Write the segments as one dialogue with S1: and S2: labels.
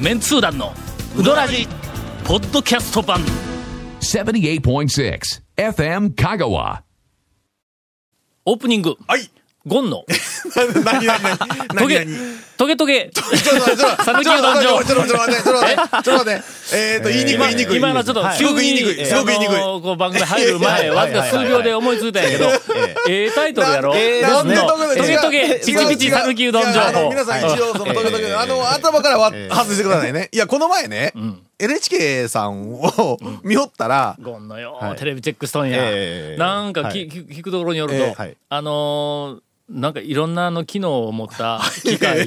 S1: メンツー団のウドラジポッドキャスト版
S2: 78.6 FM Kagawa.
S1: オープニング
S3: はい。
S1: ゴンの
S3: 何何何
S1: ト
S3: 何
S1: ゲ
S3: 何
S1: トゲトゲ
S3: ちょっと待って、ちょっ
S1: 讃
S3: と待
S1: 岐うどん
S3: って、ちょっと待って、ちょっと待って、ちょっと待って、ちょっと待って、えっと、言いにくい、 言いにくい。
S1: 今のちょっと
S3: はいす
S1: 急
S3: ごく言い
S1: に
S3: にくい、すごく言いにくい
S1: あ。のーこう番組入 る
S3: いや
S1: 前
S3: いや
S1: わずか数秒で思いついたんやけどええタイトルやろなんのトゲトゲピチピチ讃岐うどん情
S3: あの
S1: 報
S3: 皆さん一応、そのトゲトゲ、あの、頭からは外してくださいね。いや、この前ね、NHK さんを見よったら、
S1: ゴンのよ、
S4: はい
S1: テレビチェックしとんや。
S4: ええ
S1: なんかき、
S4: はい
S1: 聞く聞くところによると、
S3: ええ
S4: はい
S1: あのーなんかいろんなあの機能を持った機械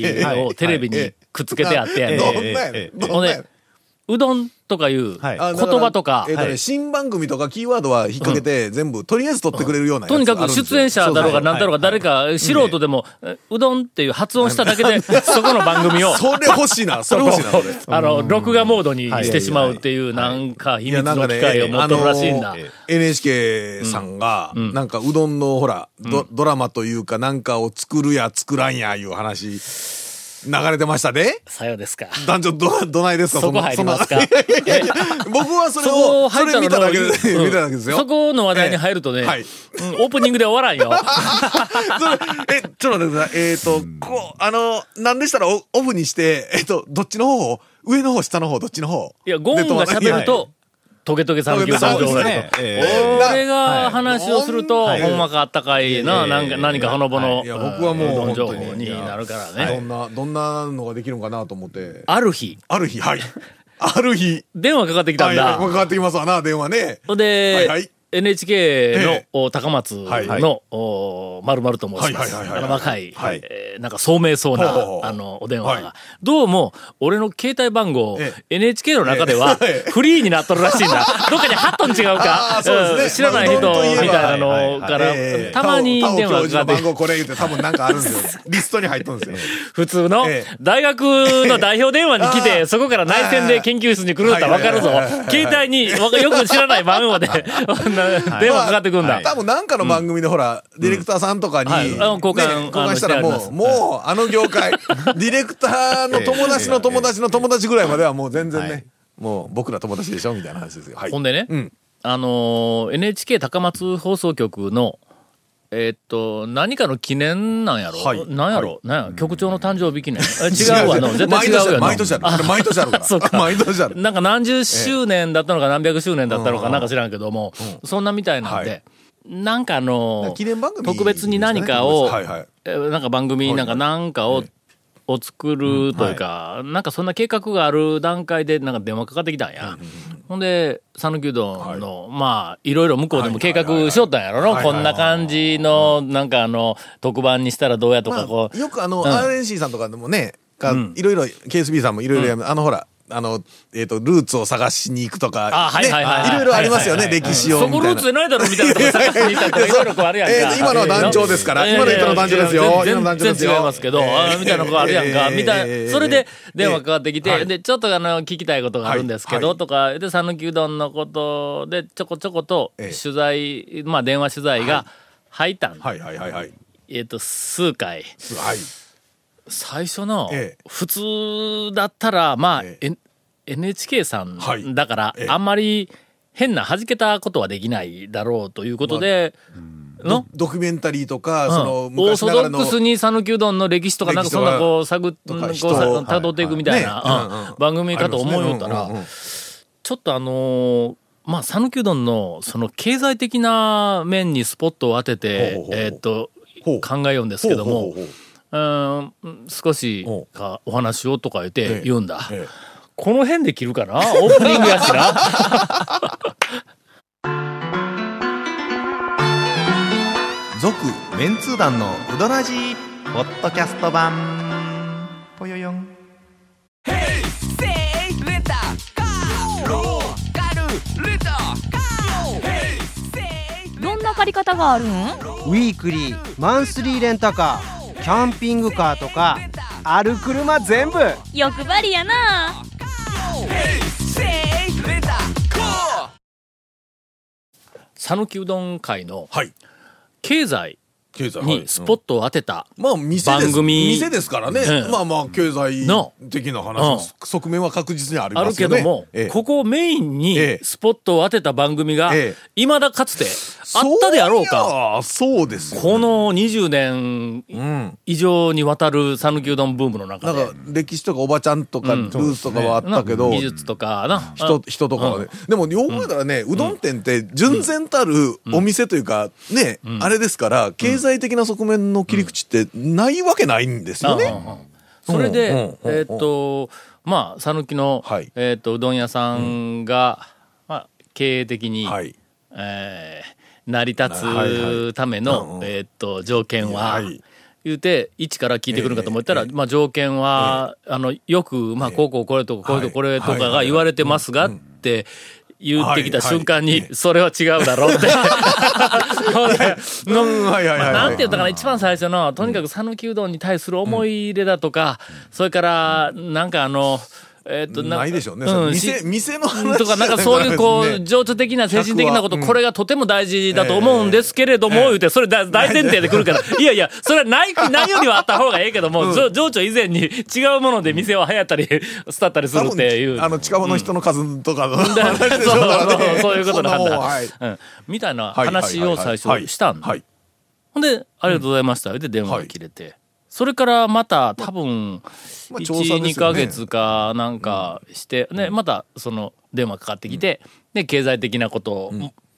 S1: をテレビにくっつけてあってやね
S3: どん
S4: え
S3: なんやね
S4: え
S3: んどん
S1: ほん
S3: なんやね
S1: で
S3: ん、
S1: うどんとかいう言
S4: はい
S3: あだら
S1: 葉とか
S3: え、っとね
S4: はい
S3: 新番組とかキーワードは引っ掛けて、全部、とりあえず取ってくれるようなやつ
S1: とにか
S3: あ
S1: く
S3: るんですよ
S1: 出演者だろうが
S4: そうそう
S1: 何だろうが誰か素人でも、うどんっていう発音しただけで、 そこの番組を、
S3: それ欲しいな、それ欲しいな、それ。
S1: あの、録画モードに
S4: はい
S1: してしまうっていう、なんか秘密の機械を持
S3: あ
S1: って
S3: の
S1: るらしいんだ。
S3: ー NHK さんが、なんかうどんのほら、ドドラマというかなんかを作るや作らんやいう話、流れてましたね。
S1: さようですか。
S3: 男女ど、どないですか
S1: そこ
S3: んな
S1: 入ります
S3: そん
S1: か
S3: ない。やいやいや僕はそれ
S1: そこ
S3: を、そ
S1: 入っ
S3: れ
S1: た
S3: 見ただけで、
S1: うん
S3: 見ただけですよ。
S1: そこの話題に入るとね、
S3: ええはい
S1: うんオープニングで終わらんよ。
S3: それえ、ちょっと待ってく ださい。えっ、と、こう、あの、なんでしたらオオフにして、えっ、と、どっちの方を、上の方、下の方、どっちの方。
S1: いや、ゴンが喋ると、トゲトゲさんきゅうさん
S3: そうですね
S4: ええ
S1: 俺が話をすると、
S3: はい
S1: ほんまかあったかいな、
S4: ええ
S1: なんか、何かほのぼの、
S3: いや、僕はもう
S1: う
S3: 本
S1: ん情
S3: 当
S1: 報
S3: に、
S1: になるから
S3: いやど
S1: ね。
S3: んな、どんなのができるのかなと思って。
S1: ある日、
S3: ある日、はい。ある日、
S1: 電話かかってきた
S3: は
S1: ん
S3: い、か
S1: だ。
S3: かってきますわな、電話ね。
S1: ほん
S3: はい
S1: で
S3: はい、
S1: NHK
S3: え
S1: のお高松
S3: はい
S1: の、おまるまると申します。
S3: はいはいはいは
S1: あ
S3: い
S1: の若い
S3: はい、
S1: えーなんか聡明そう
S3: ほうほうほ
S1: な、あ
S3: う
S1: の、お電話
S3: は
S1: が。どうも、俺の携帯番号
S3: え、
S1: NHK の中では
S3: え、 え
S1: フリーになっとるらしいん だ。どっかにハットン違うか
S3: あーそうですね
S1: うん知らない人み
S3: まあうどんといえば
S1: たいなのから
S3: ええ、
S1: たまに
S3: タオ
S1: 電話
S3: タオ教
S1: か
S3: 授の
S1: かってき
S3: 番
S1: て
S3: 号これ言うて多分なんかあるんで すよ。リストに入っとるんですよ。
S1: 普通の
S3: ええ
S1: 大学の代表電話に来
S3: え
S1: て、
S3: え
S1: そこから内戦で研究室に来るったらわかるぞ
S3: はいはいはいは。い
S1: 携帯にわかよく知らない番号 で電話かかってくるんだ
S3: 多。分なんかの番組でほら、ディレクターさんとかに、
S1: はいあの交換
S3: ね交換したら
S1: あの
S3: も
S1: してあ
S3: う、
S1: り
S3: もうあの 業界、ディレクターの友達の友達の友達ぐらいまではもう全然ね、
S4: はい
S3: もう僕ら友達でしょみたいな話ですよ。はい。
S1: ほんでね、
S3: うん。
S1: あのー、NHK 高松放送局の、えーっと、何かの記念なんやろ、
S3: はい
S1: なんやろ、なんや局長の誕生日記念。え違 うわの。絶対違うやの。
S3: 毎年ある。毎年ある。毎年ある
S1: そう
S3: から。
S1: か
S3: 毎年ある。
S1: なんか何十周年だったのか何百周年だったのか
S3: うん
S1: なんか知らんけども、そんなみたいなんで、
S3: は
S1: なんかあのー、
S3: 記念番組ですね
S1: 特別に何かを、
S3: はいはい
S1: えーなんか番組、なんか何かを、を作るというか、なんかそんな計画がある段階でなんか電話かかってきたんや。ほんで、讃岐うどんの、まあ、いろいろ向こうでも計画しよったんやろの、
S3: はい
S1: こんな感じの、なんかあの、特番にしたらどうやと
S3: ま
S1: か、こ
S3: あ、
S1: う。
S3: よくあの、
S1: うん
S3: RNC さんとかでもね、かいろいろ KSB さんもいろいろやめあのほらあの、えっとルーツを探しに行くとか、
S1: あはい
S3: ね
S1: はいはいはい
S3: いろいろありますよね、
S1: はいはい
S3: 歴史を
S1: そ
S3: みた
S1: こ
S3: い
S1: ル
S3: な
S1: ーツでないだろみたいなとこ探しに行ったりとか、いろいろこうあるやんか。
S3: えー今のは団長ですから
S1: いやいや
S3: 今の人の団長ですよ
S1: 全
S3: 今の団長
S1: 全
S3: ですよ
S1: 然違いますけど、
S3: えー
S1: あーみたいなことあるやんか、
S3: えー
S1: みたいな。それで電話かかってきて、
S3: えーはい
S1: で、ちょっとあの、聞きたいことがあるんですけど、
S3: はい
S1: とか、で、讃岐うどんのことで、ちょこちょこと
S3: え
S1: 取
S3: ー
S1: 材、まあ、電話取材が入ったん、
S3: はいはいはいはい
S1: えっ、と、数回。
S3: はい
S1: 最初の
S3: ええ
S1: 普通だったらまあ、
S3: え
S1: N- NHK さ
S3: は
S1: ん
S3: い
S1: だから、
S3: ええ
S1: あんまり変な弾けたことはできないだろうということで、の、
S3: ドキュメンタリーとか、
S1: うん
S3: その
S1: オー
S3: 昔
S1: ソ
S3: な
S1: ド
S3: がら
S1: ッ
S3: の
S1: クスに讃岐うどんの歴史とかなんか
S3: 歴史と
S1: そん
S3: か
S1: なこう探っこ
S3: と
S1: う
S3: か
S1: さ
S3: 人を
S1: 辿っていくみたいな、
S3: はいはい
S1: うん
S3: ねうんうん
S1: 番組かと思
S3: あ
S1: い
S3: り
S1: よ
S3: ま
S1: っ
S3: す
S1: た
S3: ね
S1: ら、
S3: うんうんうん
S1: ちょっとあのーまあ、讃岐うどんの、その、経済的な面にスポットを当てて、
S3: ほうほうほう
S1: えーっと、
S3: ほ
S1: 考
S3: う
S1: えようんですけども、
S3: ほうほうほうほ
S1: うーん、少し
S3: お
S1: かお話をとか言っ
S3: え
S1: て
S3: え
S1: 言うんだ。
S3: ええ
S1: この辺で切るかな オープニングやしな。
S3: 続
S4: メンツー団のうどらじポッドキャスト版ぽよよん
S5: どんな借り方があるん
S6: ウィークリーマンスリーレンタカーキャンピングカーとかある車全部
S5: 欲張りやな
S1: 讃岐うどん会の
S3: はい
S1: 経済
S3: 経済はい
S1: にスポットを当てた、
S3: まあ店です
S1: 番組
S3: 店ですからね、
S1: うん
S3: まあまあ経済
S1: の
S3: 的な話、
S1: うん
S3: 側面は確実にあり
S1: あ
S3: ま
S1: る
S3: すよ
S1: け
S3: ね
S1: ども、
S3: ええ
S1: ここをメイン
S3: え
S1: に
S3: え
S1: スポットを当てた番組が
S3: ええ、
S1: いまだかつてあったであろうか。
S3: そりゃそうですよ、ね、
S1: この20年
S3: うん
S1: 以上にわたる讃岐うどんブームの中
S3: なん
S1: で
S3: か、歴史とかおばちゃんとかルースとかはあったけど、
S1: な技術とかな、
S3: 人人とかはね、でもよく考えたらね、うどん店って純然たるお店というかね、あれですから経済的な側面の切り口ってないわけないんですよね、
S1: うんうんうんそれで、
S3: うんうんうん
S1: えーっと、まあ、讃岐の、
S3: はい
S1: えーっと、うどん屋さんが、まあ、経営的に、
S3: はい
S1: えー成り立
S3: はい
S1: つため
S3: うんう
S1: の
S3: ん、
S1: えーっと、条件は、
S3: はい
S1: 言うて、一から聞いてくるかと思ったら、
S3: ええ
S1: まあ、条件は、あの、よく、まあ、こうこうこれとか、こういう
S3: は
S1: と
S3: い
S1: これとかが
S3: はい
S1: 言われてますが、って、言ってきた
S3: はいはい
S1: 瞬間に
S3: え、
S1: それは違うだろう って。ほんでの
S3: うんはいはいはい、
S1: なんて言ったかな、一番最初の、とにかく讃岐うどんに対する思い入れだとか、それから、なんかあの、えっと、んか
S3: ないでしょうね、
S1: うん、
S3: 店
S1: し
S3: 店の話
S1: とか、なんかそういう、こう、
S3: じ
S1: 情緒的な、精神的なこと、
S3: 客はうん
S1: これがとても大事だと思うんですけれども、言うて、それだ大前提で来る から、いやいや、それはない、ないよりはあった方がええけども、じょ情緒以前に違うもので店は流行ったり、伝ったりす
S3: ゃ
S1: るっていう。
S3: あの近場の人の数とかの
S1: だ
S3: 話でしょ
S1: そうう
S3: から
S1: そ
S3: ね、
S1: うそういうことの
S3: そん
S1: 判
S3: な
S1: 断、
S3: もんはい
S1: うん、みたいな
S3: はい
S1: 話を最
S3: はいはいはい
S1: 初したんで
S3: はい
S1: ほんで、ありがとうございました。で、電話が切れて。それからまた多分、
S3: まあ
S1: 1、
S3: 調査ですよね
S1: 2ヶ月かなんかして、ね、またその電話かかってきて、で、経済的なこと、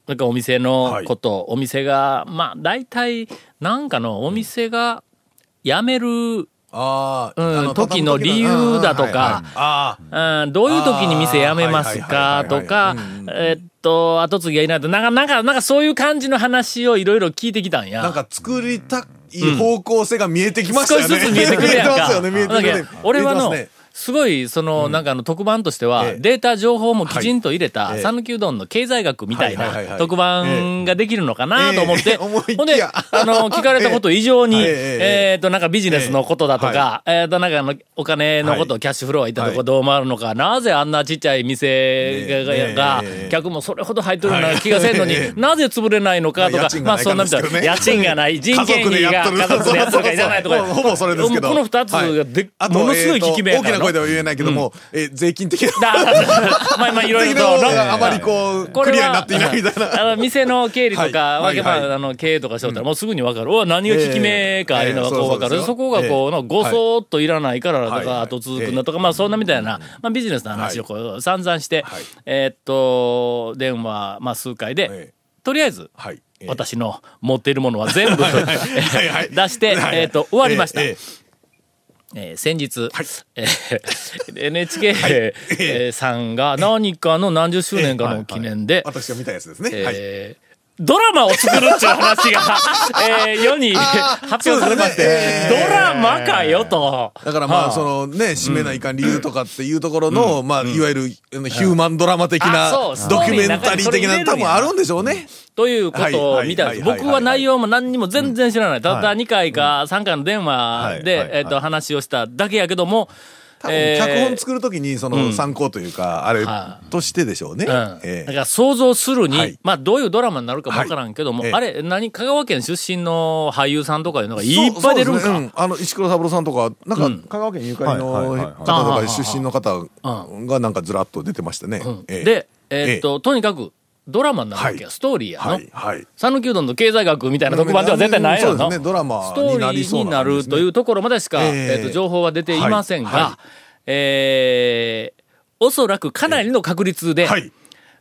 S1: なんかお店のこと、お店が、まあ大体、なんかのお店が辞める、
S3: あー
S1: うん
S3: あの
S1: 時の理由だとか
S3: 畳む時のうんうんは
S1: う
S3: いはいあー
S1: んどういう時に店辞めますかと
S3: あーはいは
S1: か
S3: いはいはいはいうん、
S1: えっと、後継ぎがいないと、なんか、なんか、なんかそういう感じの話をいろいろ聞いてきたんや。
S3: なんか作りたい方向性が見えてきました
S1: 少
S3: よ
S1: しずつ
S3: ね。
S1: 見えてくるやん
S3: 見えてます
S1: か。
S3: よね、見えてくる
S1: なん
S3: ね
S1: か俺は
S3: 見えて
S1: の
S3: ますね、
S1: すごい、その、なんかあの、特番としては、
S3: ええ
S1: データ情報もきちんと入れた
S3: は、い
S1: 讃岐うどんの経済学みたい
S3: はいはいはいは
S1: ない特番ができるのかなと思って、
S3: ええ思いきや
S1: ほんで、あ の、聞かれたこと以上に、
S3: ええええ
S1: えっと、なんかビジネスのことだとか、えっと、なんかあの、お金のこと、
S3: はい
S1: キャッシュフローはいったと
S3: は
S1: こ
S3: い
S1: どう回るのか、なぜあんなちっちゃい店が
S3: ええ
S1: が
S3: ええ、
S1: 客もそれほど入っとるような
S3: はい
S1: 気がせんのに
S3: ええ、
S1: なぜ潰れないのかと か
S3: まあ家賃、が
S1: まあ、
S3: ない
S1: そんなみたい
S3: かですけどね
S1: な。家賃がない、人件費が、家族でやつとかいらないとか。
S3: ほぼそれですけど。
S1: この二つがで、
S3: あと
S1: ものすごい効き目
S3: えー
S1: やか
S3: と
S1: ら
S3: 大きな
S1: な。
S3: 声では言えないけども、えー税金的な。
S1: だ だまあまあいろいろと
S3: 的なのが
S1: な
S3: あまりこう、
S1: こ
S3: ク
S1: れ
S3: リアにな
S1: は
S3: っていないみたいな。
S1: あの店の経理とか、
S3: はい
S1: わけば
S3: はいはい
S1: あの経営とかしよったら、もうすぐに分かる。うわ何が効き目か、
S3: ええ
S1: いうのが
S3: え
S1: こ
S3: え
S1: う分か
S3: そうそうです
S1: る。
S3: よ
S1: そこがこう、のごそーっといらないから
S3: は
S1: と
S3: いはい
S1: か、後続くんだとか、まあそんなみたいな、まあビジネスの話をこう散々して
S3: はい、
S1: えーっと、電話、まあ数回
S3: え
S1: で
S3: え、
S1: とりあえず、
S3: はい。えー
S1: 私の持っているものは全部
S3: はいはい
S1: 出して、
S3: はい
S1: えっと、終わりました。
S3: えーえ
S1: えー先日、えー NHK、えーさんが何かの何十周年かの記念で
S3: ー、私が見たやつですね。はい。
S1: えードラマを作るっていう話 が、えー世に発表されまして、
S3: そうですねえー
S1: ドラマかよと。
S3: だからま
S1: は
S3: あ、そのね、締めないかん理由とかっていうところの、まあ、いわゆるあのヒューマンドラマ的な、
S1: あそ
S3: ド
S1: うス
S3: キ
S1: トー
S3: ュ
S1: リー
S3: メ
S1: の
S3: ン
S1: 中
S3: タ
S1: に
S3: リ
S1: そ
S3: ー
S1: れ入
S3: 的
S1: れるんや
S3: な、多分あるんでしょうね。
S1: ということを見たんです。
S3: はいはいはいはい
S1: 僕は内容も何にも全然知らない。ただ
S3: は
S1: 2回か3回の電話
S3: はいはい
S1: で、
S3: はい
S1: えっと、話をしただけやけども、
S3: 多分脚本作るときにその参考というか、あれとしてでしょうね。
S1: うん
S3: え
S1: だか
S3: え
S1: ら想像するに、
S3: はい
S1: まあどういうドラマになるかもわからんけども、
S3: はいええ
S1: あれ、何、香川県出身の俳優さんとかいうのがいっぱい出るん
S3: そうそうです
S1: か。
S3: ねうんあの石黒三郎さんとかなんか、香川県ゆかりの
S7: はいはいはいはい
S3: 方とか出身の方がなんかずらっと出てましたね。ええ
S1: で、えーっと、とにかくドラマになるわけや、
S3: はい
S1: ストーリーや
S3: は
S1: の
S3: い。はい。
S1: 讃岐うどんの経済学みたいな特番では絶対ないや
S3: そう
S1: の。
S3: ですねドラマ
S1: スト
S3: に
S1: ー
S3: な
S1: リ
S3: り
S1: ー
S3: そう
S1: にな
S3: なんで
S1: る
S3: すね
S1: というところまでしか、
S3: え
S1: えー
S3: え
S1: っと情報は出ていませんが、
S3: はいは
S1: えーおそらくかなりの確率で、
S3: はい。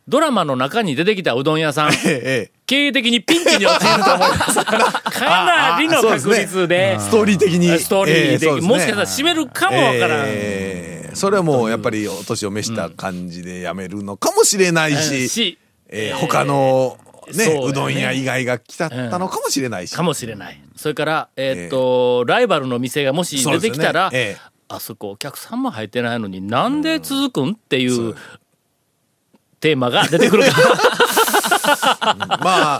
S1: ドラマの中に出てきたうどん屋さん、
S3: えええ
S1: 経営的にピンチに陥ると思います。かなりの確率で
S3: え。ストーリー的に。
S1: ストーリーで、
S3: ええそうすね
S1: もしかしたら締めるかもわからん。
S3: ええそれはもうやっぱりお年を召した感じでやめるのかもしれない
S1: うん
S3: し、
S1: し、
S3: ええ他のね
S1: そうやね
S3: うどん屋以外が来ちゃったのかもしれないし。
S1: かもしれない。それから、えーっと、ライバルの店がもし出てきたら、
S3: そうですねえ
S1: あそこお客さんも入ってないのになんで続くんっていうテーマが出てくるか。
S3: まあ、ま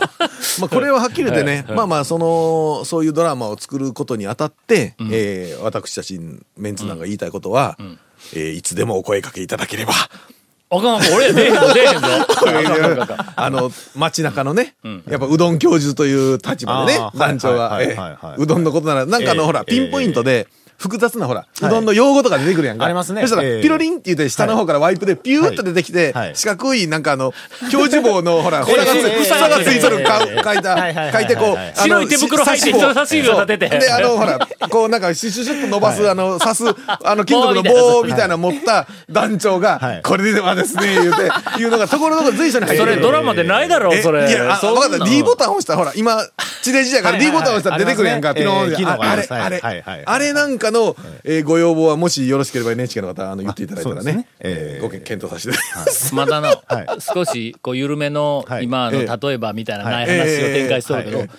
S3: あこれははっきり言ってね、まあまあそのそういうドラマを作ることにあたって、えー私たちメンツなんか言いたいことは、えーいつでもお声かけいただければ
S1: あかんあかん俺出えへんぞ出えへんぞ
S3: あの街中のね、やっぱうどん教授という立場でね
S4: あー
S3: 団長が
S4: はいはい
S3: え
S4: はいはいはい
S3: えうどんのことならなんかあの、
S4: ええ
S3: ほらピンポイントで、複雑なほら、うどんの用語とか出てくるやんか。
S4: ありますね
S3: そした
S4: え
S3: ら、
S4: え
S3: ピロリンって言って、下の方からワイプでピューっと出てきて
S4: はいは、い
S3: 四角い、なんかあの、教授棒の、ほら、
S4: え
S3: 草がつ
S4: ええ
S3: い、草がついとる、か書い
S4: はいはいはいは
S3: た、
S4: い
S3: 書いてこう
S4: はい、
S3: あの
S1: 白い手袋入って
S3: し
S1: 人差し指を立てて
S3: そうで、あの、ほら、こうなんか、シュシュシュッと伸ばす、あの、刺す、あの、金属の
S1: 棒
S3: 棒みたいなの持った団長
S4: は
S3: が
S4: い、
S3: これではですね、言う て、言うのが、ところどころ随所に入って
S1: そ
S3: くる
S1: れドラマでないだろ
S3: え
S1: それ
S3: いや、あ
S1: そんな
S3: 分かった。D ボタン押したら、ほら、今、地デジやから
S4: はいは
S3: D
S4: い
S3: ボ
S4: はい
S3: タン押したら出てくるやんか、
S4: あ
S3: ピ
S4: り
S3: ロ
S4: ます
S3: ーン
S4: ね
S3: って
S4: えー機能が
S3: あ
S4: あ
S3: あ
S4: り
S3: れ
S4: ま、す
S3: あれ
S4: はいはいはい、
S3: あれなんかの、えーご要望は、もしよろしければ NHK の方、あの、言っていただいたら
S4: あそうです
S3: ね
S4: ね、え
S3: え
S4: ー
S3: ーご検討させていただきます。
S1: まだな
S4: はい
S1: 少しこう緩めの
S4: はい
S1: 今の
S3: ええ
S1: 例えばみたいなない
S3: はい
S1: 話を展開しとるけ
S4: え
S1: ど
S4: え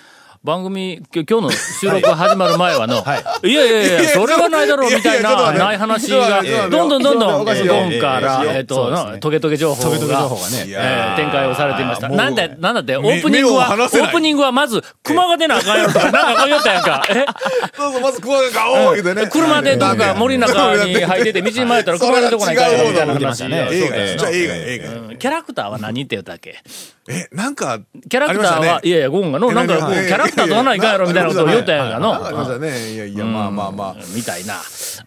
S1: 番組きょ今日の収録始まる前はの、、
S4: はい
S1: やいやい
S3: い
S1: や
S3: や
S1: それはないだろうみたい
S3: いやいやちょ
S1: な
S3: っと待って
S1: ない話が
S3: ちょっと待って
S1: どんどんどんどん
S3: おかしい
S1: え
S3: よ
S1: どんか
S4: おかしい
S1: ら
S4: よ
S1: えっと
S4: そうですね
S1: なトゲトゲ情報
S4: トゲトゲ情
S1: が
S4: 報がね
S1: え
S3: い
S1: ー
S3: やー
S1: 展開をされていました
S3: もう
S1: なんだなんだってオ
S3: 目
S1: ープニングは
S3: 目を
S1: オ
S3: 離せない
S1: ープニングはまず熊が出なあかんよとかなんかあかんよったやんかえ
S3: そうそう、まず、熊がガオー言うてね。
S1: 車でどうか森の中に入ってて
S3: て。
S1: 道に迷ったら車で出てこないかんよみたいな話
S4: それは違う方だ
S3: 映
S4: そう
S3: 画
S4: で
S3: や
S4: すね
S3: じゃあ映画や映画や
S1: うんキャラクターは何って言ったっけ
S3: え、なんか、
S1: キャラクタ
S3: あ
S1: ー
S3: りま
S1: は、
S3: した
S1: い
S3: ね
S1: やいや、ゴンがの、なんかこう、キャラクターとはないかんやろみたいなことを言うたやんか
S3: ありまし
S1: の。
S3: たね。いやいや、まあまあまあ。
S1: みたいな、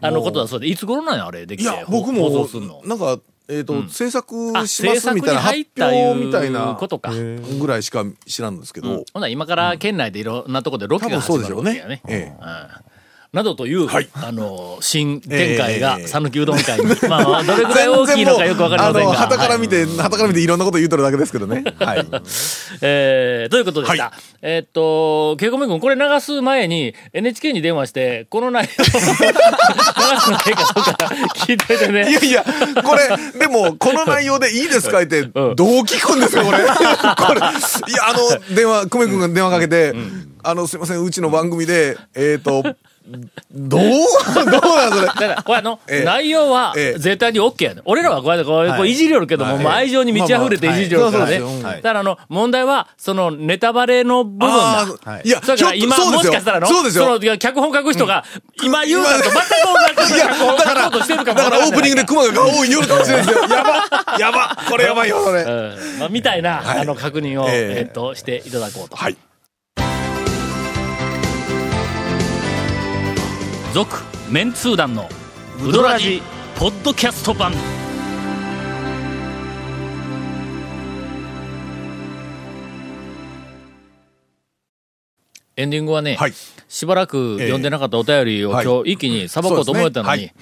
S1: あのことだそうで、いつ頃なんや、あれ、でき
S3: い
S1: て。
S3: や、僕
S1: 放
S3: も
S1: 送すんの、。
S3: なんか、えっと、制
S1: あ、
S3: 作し
S1: 制
S3: ます
S1: 作
S3: み
S1: に
S3: たいな発
S1: 入ったい
S3: 表みたいうな
S1: ことか。うん
S3: ぐらいしか知らんですけど。
S1: ほな、今から県内でいろんなとこでロケ
S3: 多
S1: が
S3: 分そ
S1: 始
S3: うで
S1: ま
S3: し
S1: る
S3: ょう
S1: わけ
S3: ね
S1: やね。。
S3: ええ
S1: などという、
S3: はい
S1: あの、新展開が
S3: え、え
S1: 讃岐うどん会に、まあ、どれぐらい
S3: 全
S1: 大きい
S3: 然
S1: の
S3: もう
S1: かよくわかりま
S3: あ
S1: せん
S3: の、
S1: が。
S3: 旗から
S1: はい
S3: 見て、旗から見ていろんなこと言うとるだけですけどね。はい。
S1: えーということでした。
S3: はい
S1: えーっと、ケイコメ君、これ流す前に NHK に電話して、この内容を流すないかどうか聞いといて
S3: い
S1: ね。
S3: やいや、これ、でも、この内容でいいですかって、どう聞くんです か、これ。これ、いや、あの、電話、久米君が電話かけて、あの、すいません、うちの番組で、えっ、ー、と、 どうどうなんそれ。
S1: だから、これあの、
S3: ええ
S1: 内容は
S3: ええ
S1: 絶対に OK やね。俺らはこうやってこう、こういじりよるけども、
S3: はい
S1: もう愛情に満ち溢れていじりよるからね。
S3: まあまあはいそうそうですよ
S1: だからあの、問題は、そのネタバレの部分だ。
S3: あー
S4: はい
S3: いや、
S1: だから
S3: ひょっと
S1: 今、
S3: そうで
S1: も
S3: す
S1: し
S3: よ
S1: かしたらの、
S3: そうですよ。
S1: のいや脚本書く人が、今言うたと全く同じ
S3: いや、
S1: 脚本を
S3: だ
S1: 書
S3: から、
S1: こうとしてるか
S3: だ
S1: もわか
S3: か
S1: ら
S3: らオ
S1: ない
S3: ープニングで熊が ガオー言うかもしれないですよ。やばやばこれやばいよ、それ。
S1: うんまあみたいな、
S3: はい
S1: あの確認を、
S3: え
S1: え
S3: え
S1: ーっとしていただこうと。
S3: はい。
S1: 続メンツー団のウドラジポッドキャスト版エンディングはね、
S3: はい。
S1: しばらく読んでなかったお便りを
S3: ええ
S1: 今日一気にさばこうと思ったのに、
S3: そうで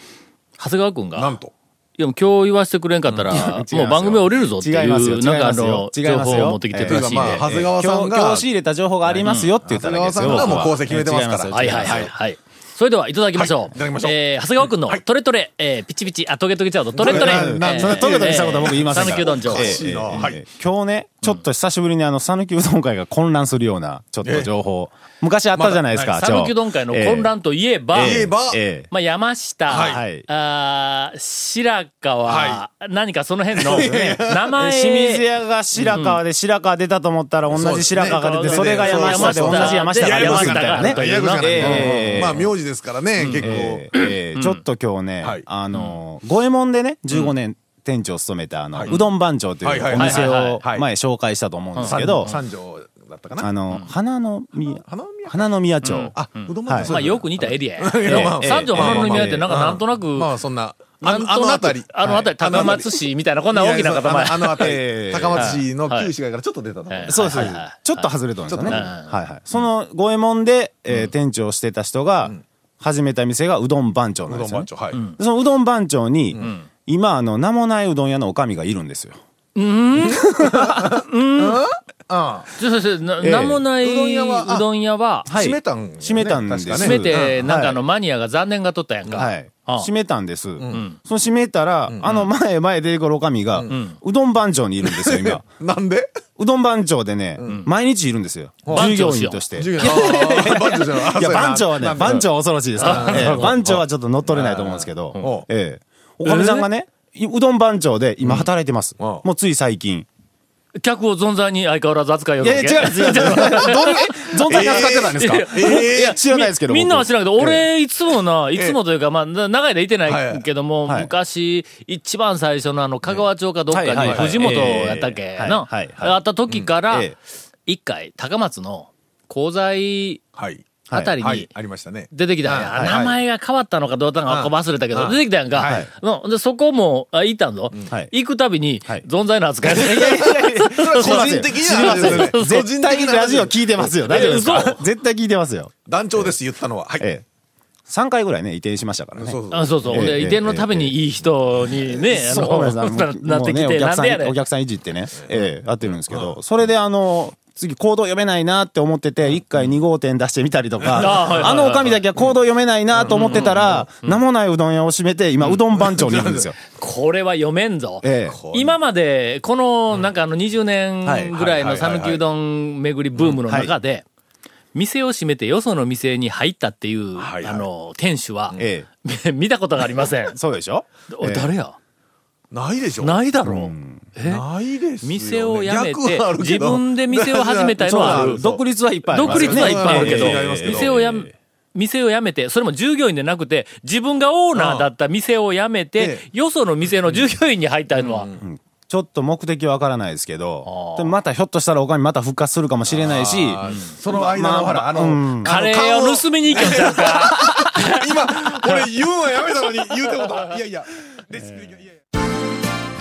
S1: 長谷川君が
S3: なんと。
S1: いやもう今日言わせてくれんかった ら、
S4: うん
S1: もう番組降りるぞってい
S4: 違いますよ
S1: うなんかあの情
S4: 違いますよ違います
S1: 報
S4: よ
S1: を持ってきてるらしいんで、
S3: まあ長谷川さんが
S4: 今日今日仕入れた情報がありますよって言っただけですよ。
S3: うん長谷川さんがもう功績決めてますから
S4: 違
S1: はい
S4: い
S1: は
S4: ま
S1: い
S4: す
S1: はい。はい。それではいただきましょう。
S3: はいいただきましょう
S1: えー、長谷川くんの、トレトレ、えー、ピチピチ、あ、トゲトゲちゃうと、トレトレ。
S4: なな
S1: えー
S4: そんなトゲトゲしたことは僕言いません
S1: 讃
S4: が
S1: 岐うどん情報。
S4: ええ
S3: しいな
S4: ええ
S3: はい
S4: ええ今日ね、ちょっと久しぶりにあの、讃岐うどん会が混乱するような、ちょっと情報。昔あったじゃないですか、
S1: 讃岐うどん会の混乱といえば、
S3: えええば
S4: ええ
S1: まあ、山下、
S4: はい
S1: あー白川、
S3: は
S1: 何かその辺の、名前、
S4: 清水屋が白川で白川出たと思ったら同じ白川が出て、
S3: そ
S4: そ
S3: です
S4: う
S3: ね
S4: れが山下で同じ山下がありますみたいなね。
S1: え
S3: ややこしくなる
S4: ええええ
S3: まあ、名字ですからね、結
S4: え
S3: 構。
S4: ーえーちょっと今日ね、
S3: はい
S4: あのー、五右衛門でね、15年店長を務めた、あの、うどん番長という
S3: はいはい
S4: お
S1: は
S4: 店
S1: いはい
S4: を
S3: はい
S4: 前紹介したと思うんです
S3: 三
S4: けど、
S3: 三条だったかな
S4: あ。の、花の宮、
S3: 花の宮
S4: 花の宮町。
S3: あ、うどんま
S4: はい
S1: まあ、よく似たエリアや。ええ三条花の宮って、なんかなんとなく、
S3: まあ、そんな。
S1: な
S3: あ
S1: ん
S3: のあ
S1: と
S3: の
S1: な
S3: 辺
S1: く
S3: り、。
S1: あの辺り、
S3: はい
S1: 高松市みたいな、こんない大
S3: や
S1: きな
S3: そう
S1: 塊。
S3: あのあの辺り、
S4: ええ
S3: 高松市の
S1: はい
S3: 旧市街からちょっと出たとこ、
S1: ええ
S4: そうです、
S1: はい
S4: そう
S1: はい
S4: ですちょっと外れたんですよね。
S3: ちょ
S4: は
S3: っ
S4: い
S3: と
S1: ね
S4: はい。その五右衛門で、えー店長をしてた人が、始めた店がうどん番長な
S3: うんど
S4: で
S3: ん
S4: すよ、
S3: 番
S4: ね。
S3: 長はい、
S4: でそのうどん番長に、今、あの、名もないうどん屋のおかみがいるんですよ。
S3: ああ
S1: そうそうそう、な
S4: ええ
S1: なんもないう
S3: どん屋はあ
S1: うどん屋は、
S4: はい
S3: 閉めたんよね
S4: 閉めたんです
S3: 確か
S1: す
S3: ね
S1: べて、
S4: うん
S1: なんかあ
S4: は
S1: の、マニアが残念がとったやんか。
S4: はい。
S1: ああ
S4: 閉めたんです。その閉めたら、あの前前出てくるおかみが、うどん番長にいるんですよ、 今。
S3: なんで
S4: うどん番長でね、毎日いるんですよ。
S1: 番
S4: 従
S1: 長
S4: 業
S1: しよ
S4: 員
S1: う
S4: として。
S3: 授業の番長じゃないあそ
S4: いや、
S3: うな
S4: 番長はね
S3: な、んだ
S4: 番長は恐ろしいですから。ええ番長はちょっと乗っ取れないと思うんですけど
S3: あ、
S4: ええ。おかみさんがね、いうどん番長で今働いてます。
S3: ん
S4: もうつい最近。
S1: 客を存在に相変わらず扱いよ
S4: いやいや、違う違 う違う。どんな、え存在に扱ってたんですか
S1: えー
S4: いや知らないですけど。
S1: みみんなは知らんけど、
S4: 僕、
S1: 俺、いつもな、いつもというか、まあ、な長い間いてないけども、
S4: はいはい
S1: 昔、一番最初のあの、香川町かどっか
S4: はいはい
S1: に
S4: はい
S1: 藤本やったっけ
S4: ええ
S1: な、
S4: はいはいはい
S1: あった時から
S4: ええ、
S1: 一回、高松の、鉱材
S3: はい。
S1: あたりに、
S3: はい。ありましたね。
S1: 出てきたんや、
S4: いはい
S1: 名前が変わったのかどうだったのか、
S3: うん
S1: 忘れたけど、
S3: うん
S1: 出てきたやんか。
S3: はい
S1: うんで、そこも、あ、行ったんぞ。
S4: はい
S1: 行くたびに、
S4: はい
S1: 存在の扱い。い
S3: 個
S4: すいませ
S3: 人
S4: ん
S3: 的には、ね、
S4: 絶対にラジオ聞いてますよ。大丈夫です
S1: え
S4: か絶対聞いてますよ。
S3: 団長です、言ったのは。はい。
S4: ええ。3回ぐらいね、移転しましたからね。
S3: そうそう。
S1: あそうそう。
S4: ええ
S1: で、
S4: ええ
S1: 移転のためにいい人にね、あの
S4: そうですあの
S1: ななってき
S4: もう
S1: て、
S4: ねお
S1: な
S4: 客
S1: ん
S4: さん
S1: でやね
S4: お客さんいじってね、ええ、やってるんですけど、それであの、次、コード読めないなって思ってて、1回2号店出してみたり
S1: あ
S4: と
S1: はいはい
S4: か、
S1: はい
S4: あのおかみだけはコード読めないなと思ってたら、名もないうどん屋を閉めて、今、うどん番長にいるんですよ。
S1: これは読めんぞ。
S4: ええ
S1: 今まで、この、なんかあの、20
S4: はい
S1: 年ぐらいの讃岐うどん巡りブームの中で、店を閉めてよその店に入ったっていう、あ
S3: はいはい
S1: の、店主は、
S4: え
S1: 見たことがありません。
S4: そうでしょ
S1: お
S4: ええ
S1: 誰や
S3: ないでしょ。
S1: ないだろう。え
S3: ないですよ、ね。
S1: 店を辞め
S3: 逆はあ
S1: て、
S3: る
S1: 自
S3: けど
S1: 分で店を始めたの
S4: そう
S1: はあ
S4: な
S1: る
S4: ん。独立はいっぱいありま
S1: 独
S4: すよ
S1: 立
S4: ね
S1: はいっぱいあるけど
S3: ええ違います、けど
S1: 店をやめ、店を辞めて、それも従業員でなくて、自分がオーナーだった店を辞めて
S3: ええ、
S1: よその店の従業員に入ったのは、
S4: ちょっと目的わからないですけ
S1: あ
S4: ど
S1: ー、
S4: でもまたひょっとしたらおかみまた復活するかもしれないし、
S3: あーその間の、ほら、あの、あの
S1: カレーを盗みに行きよっちゃうか。
S3: 顔を今、俺言うのはやめたのに言うてもた。いやいや。ですいやいやいや